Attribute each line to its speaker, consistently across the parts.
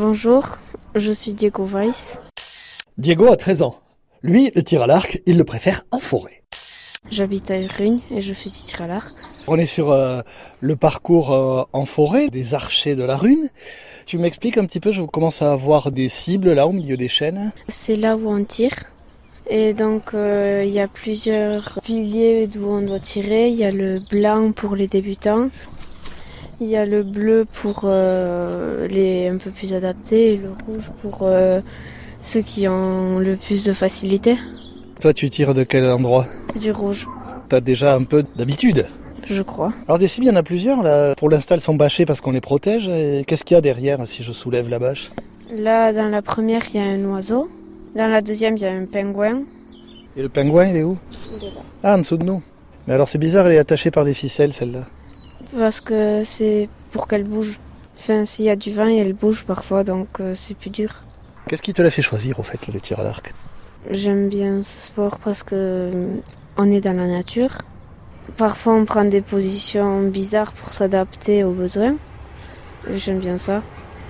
Speaker 1: Bonjour, je suis Diego Weiss.
Speaker 2: Diego a 13 ans. Lui, le tir à l'arc, il le préfère en forêt.
Speaker 1: J'habite à Irune et je fais du tir à l'arc.
Speaker 2: On est sur euh, le parcours euh, en forêt des archers de la rune. Tu m'expliques un petit peu, je commence à avoir des cibles là au milieu des chaînes.
Speaker 1: C'est là où on tire. Et donc, euh, il y a plusieurs piliers d'où on doit tirer. Il y a le blanc pour les débutants. Il y a le bleu pour euh, les un peu plus adaptés et le rouge pour euh, ceux qui ont le plus de facilité.
Speaker 2: Toi, tu tires de quel endroit
Speaker 1: Du rouge,
Speaker 2: T'as déjà un peu d'habitude.
Speaker 1: je crois.
Speaker 2: Alors des cibles, il y en a plusieurs là. Pour l'instant, elles sont bâchées parce qu'on les protège. Et Qu'est-ce qu'il y a derrière si je soulève la bâche
Speaker 1: Là, dans la première, il y a un oiseau. Dans la deuxième, il y a un pingouin.
Speaker 2: Et le pingouin, il est où Ah, en dessous de nous. Mais alors c'est bizarre, elle est attachée par des ficelles celle-là.
Speaker 1: Parce que c'est pour qu'elle bouge. Enfin, s'il y a du vent, elle bouge parfois, donc euh, c'est plus dur.
Speaker 2: Qu'est-ce qui te l'a fait choisir au fait, le tir à l'arc
Speaker 1: J'aime bien ce sport parce que euh, on est dans la nature. Parfois, on prend des positions bizarres pour s'adapter aux besoins. J'aime bien ça.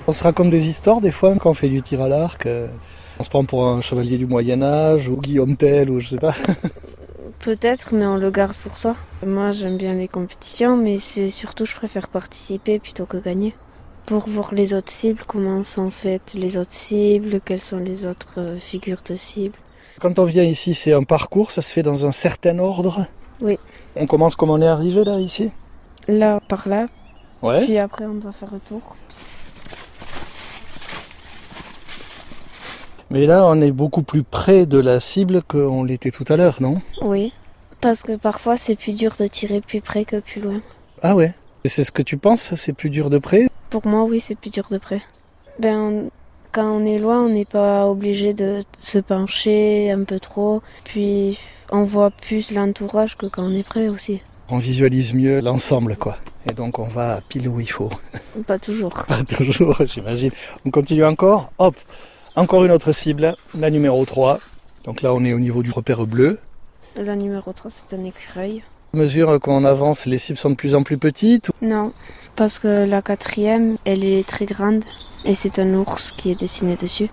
Speaker 2: On se raconte des histoires des fois quand on fait du tir à l'arc. euh, On se prend pour un chevalier du Moyen Âge ou Guillaume Tell ou je sais pas.
Speaker 1: Peut-être, mais on le garde pour ça. Moi, j'aime bien les compétitions, mais c'est surtout, je préfère participer plutôt que gagner. Pour voir les autres cibles, comment sont faites les autres cibles, quelles sont les autres euh, figures de cibles.
Speaker 2: Quand on vient ici, c'est un parcours, ça se fait dans un certain ordre.
Speaker 1: Oui.
Speaker 2: On commence comme on est arrivé là ici.
Speaker 1: Là, par là,
Speaker 2: Ouais.
Speaker 1: puis après, on doit faire un tour.
Speaker 2: Mais là, on est beaucoup plus près de la cible qu'on l'était tout à l'heure, non
Speaker 1: Oui. Parce que parfois, c'est plus dur de tirer plus près que plus loin.
Speaker 2: Ah ouais. Et c'est ce que tu penses C'est plus dur de près
Speaker 1: Pour moi, oui, c'est plus dur de près. Ben, on- quand on est loin, on n'est pas obligé de se pencher un peu trop. Puis, on voit plus l'entourage que quand on est près aussi.
Speaker 2: On visualise mieux l'ensemble, quoi. Et donc, on va pile où il faut.
Speaker 1: Pas toujours.
Speaker 2: Pas toujours, j'imagine. On continue encore. Hop, encore une autre cible, la numéro 3. Donc là, on est au niveau du repère bleu.
Speaker 1: La numéro 3, c'est un écureuil.
Speaker 2: À mesure qu'on avance, les cibles sont de plus en plus petites.
Speaker 1: Non, parce que la quatrième, elle est très grande et c'est un ours qui est dessiné dessus.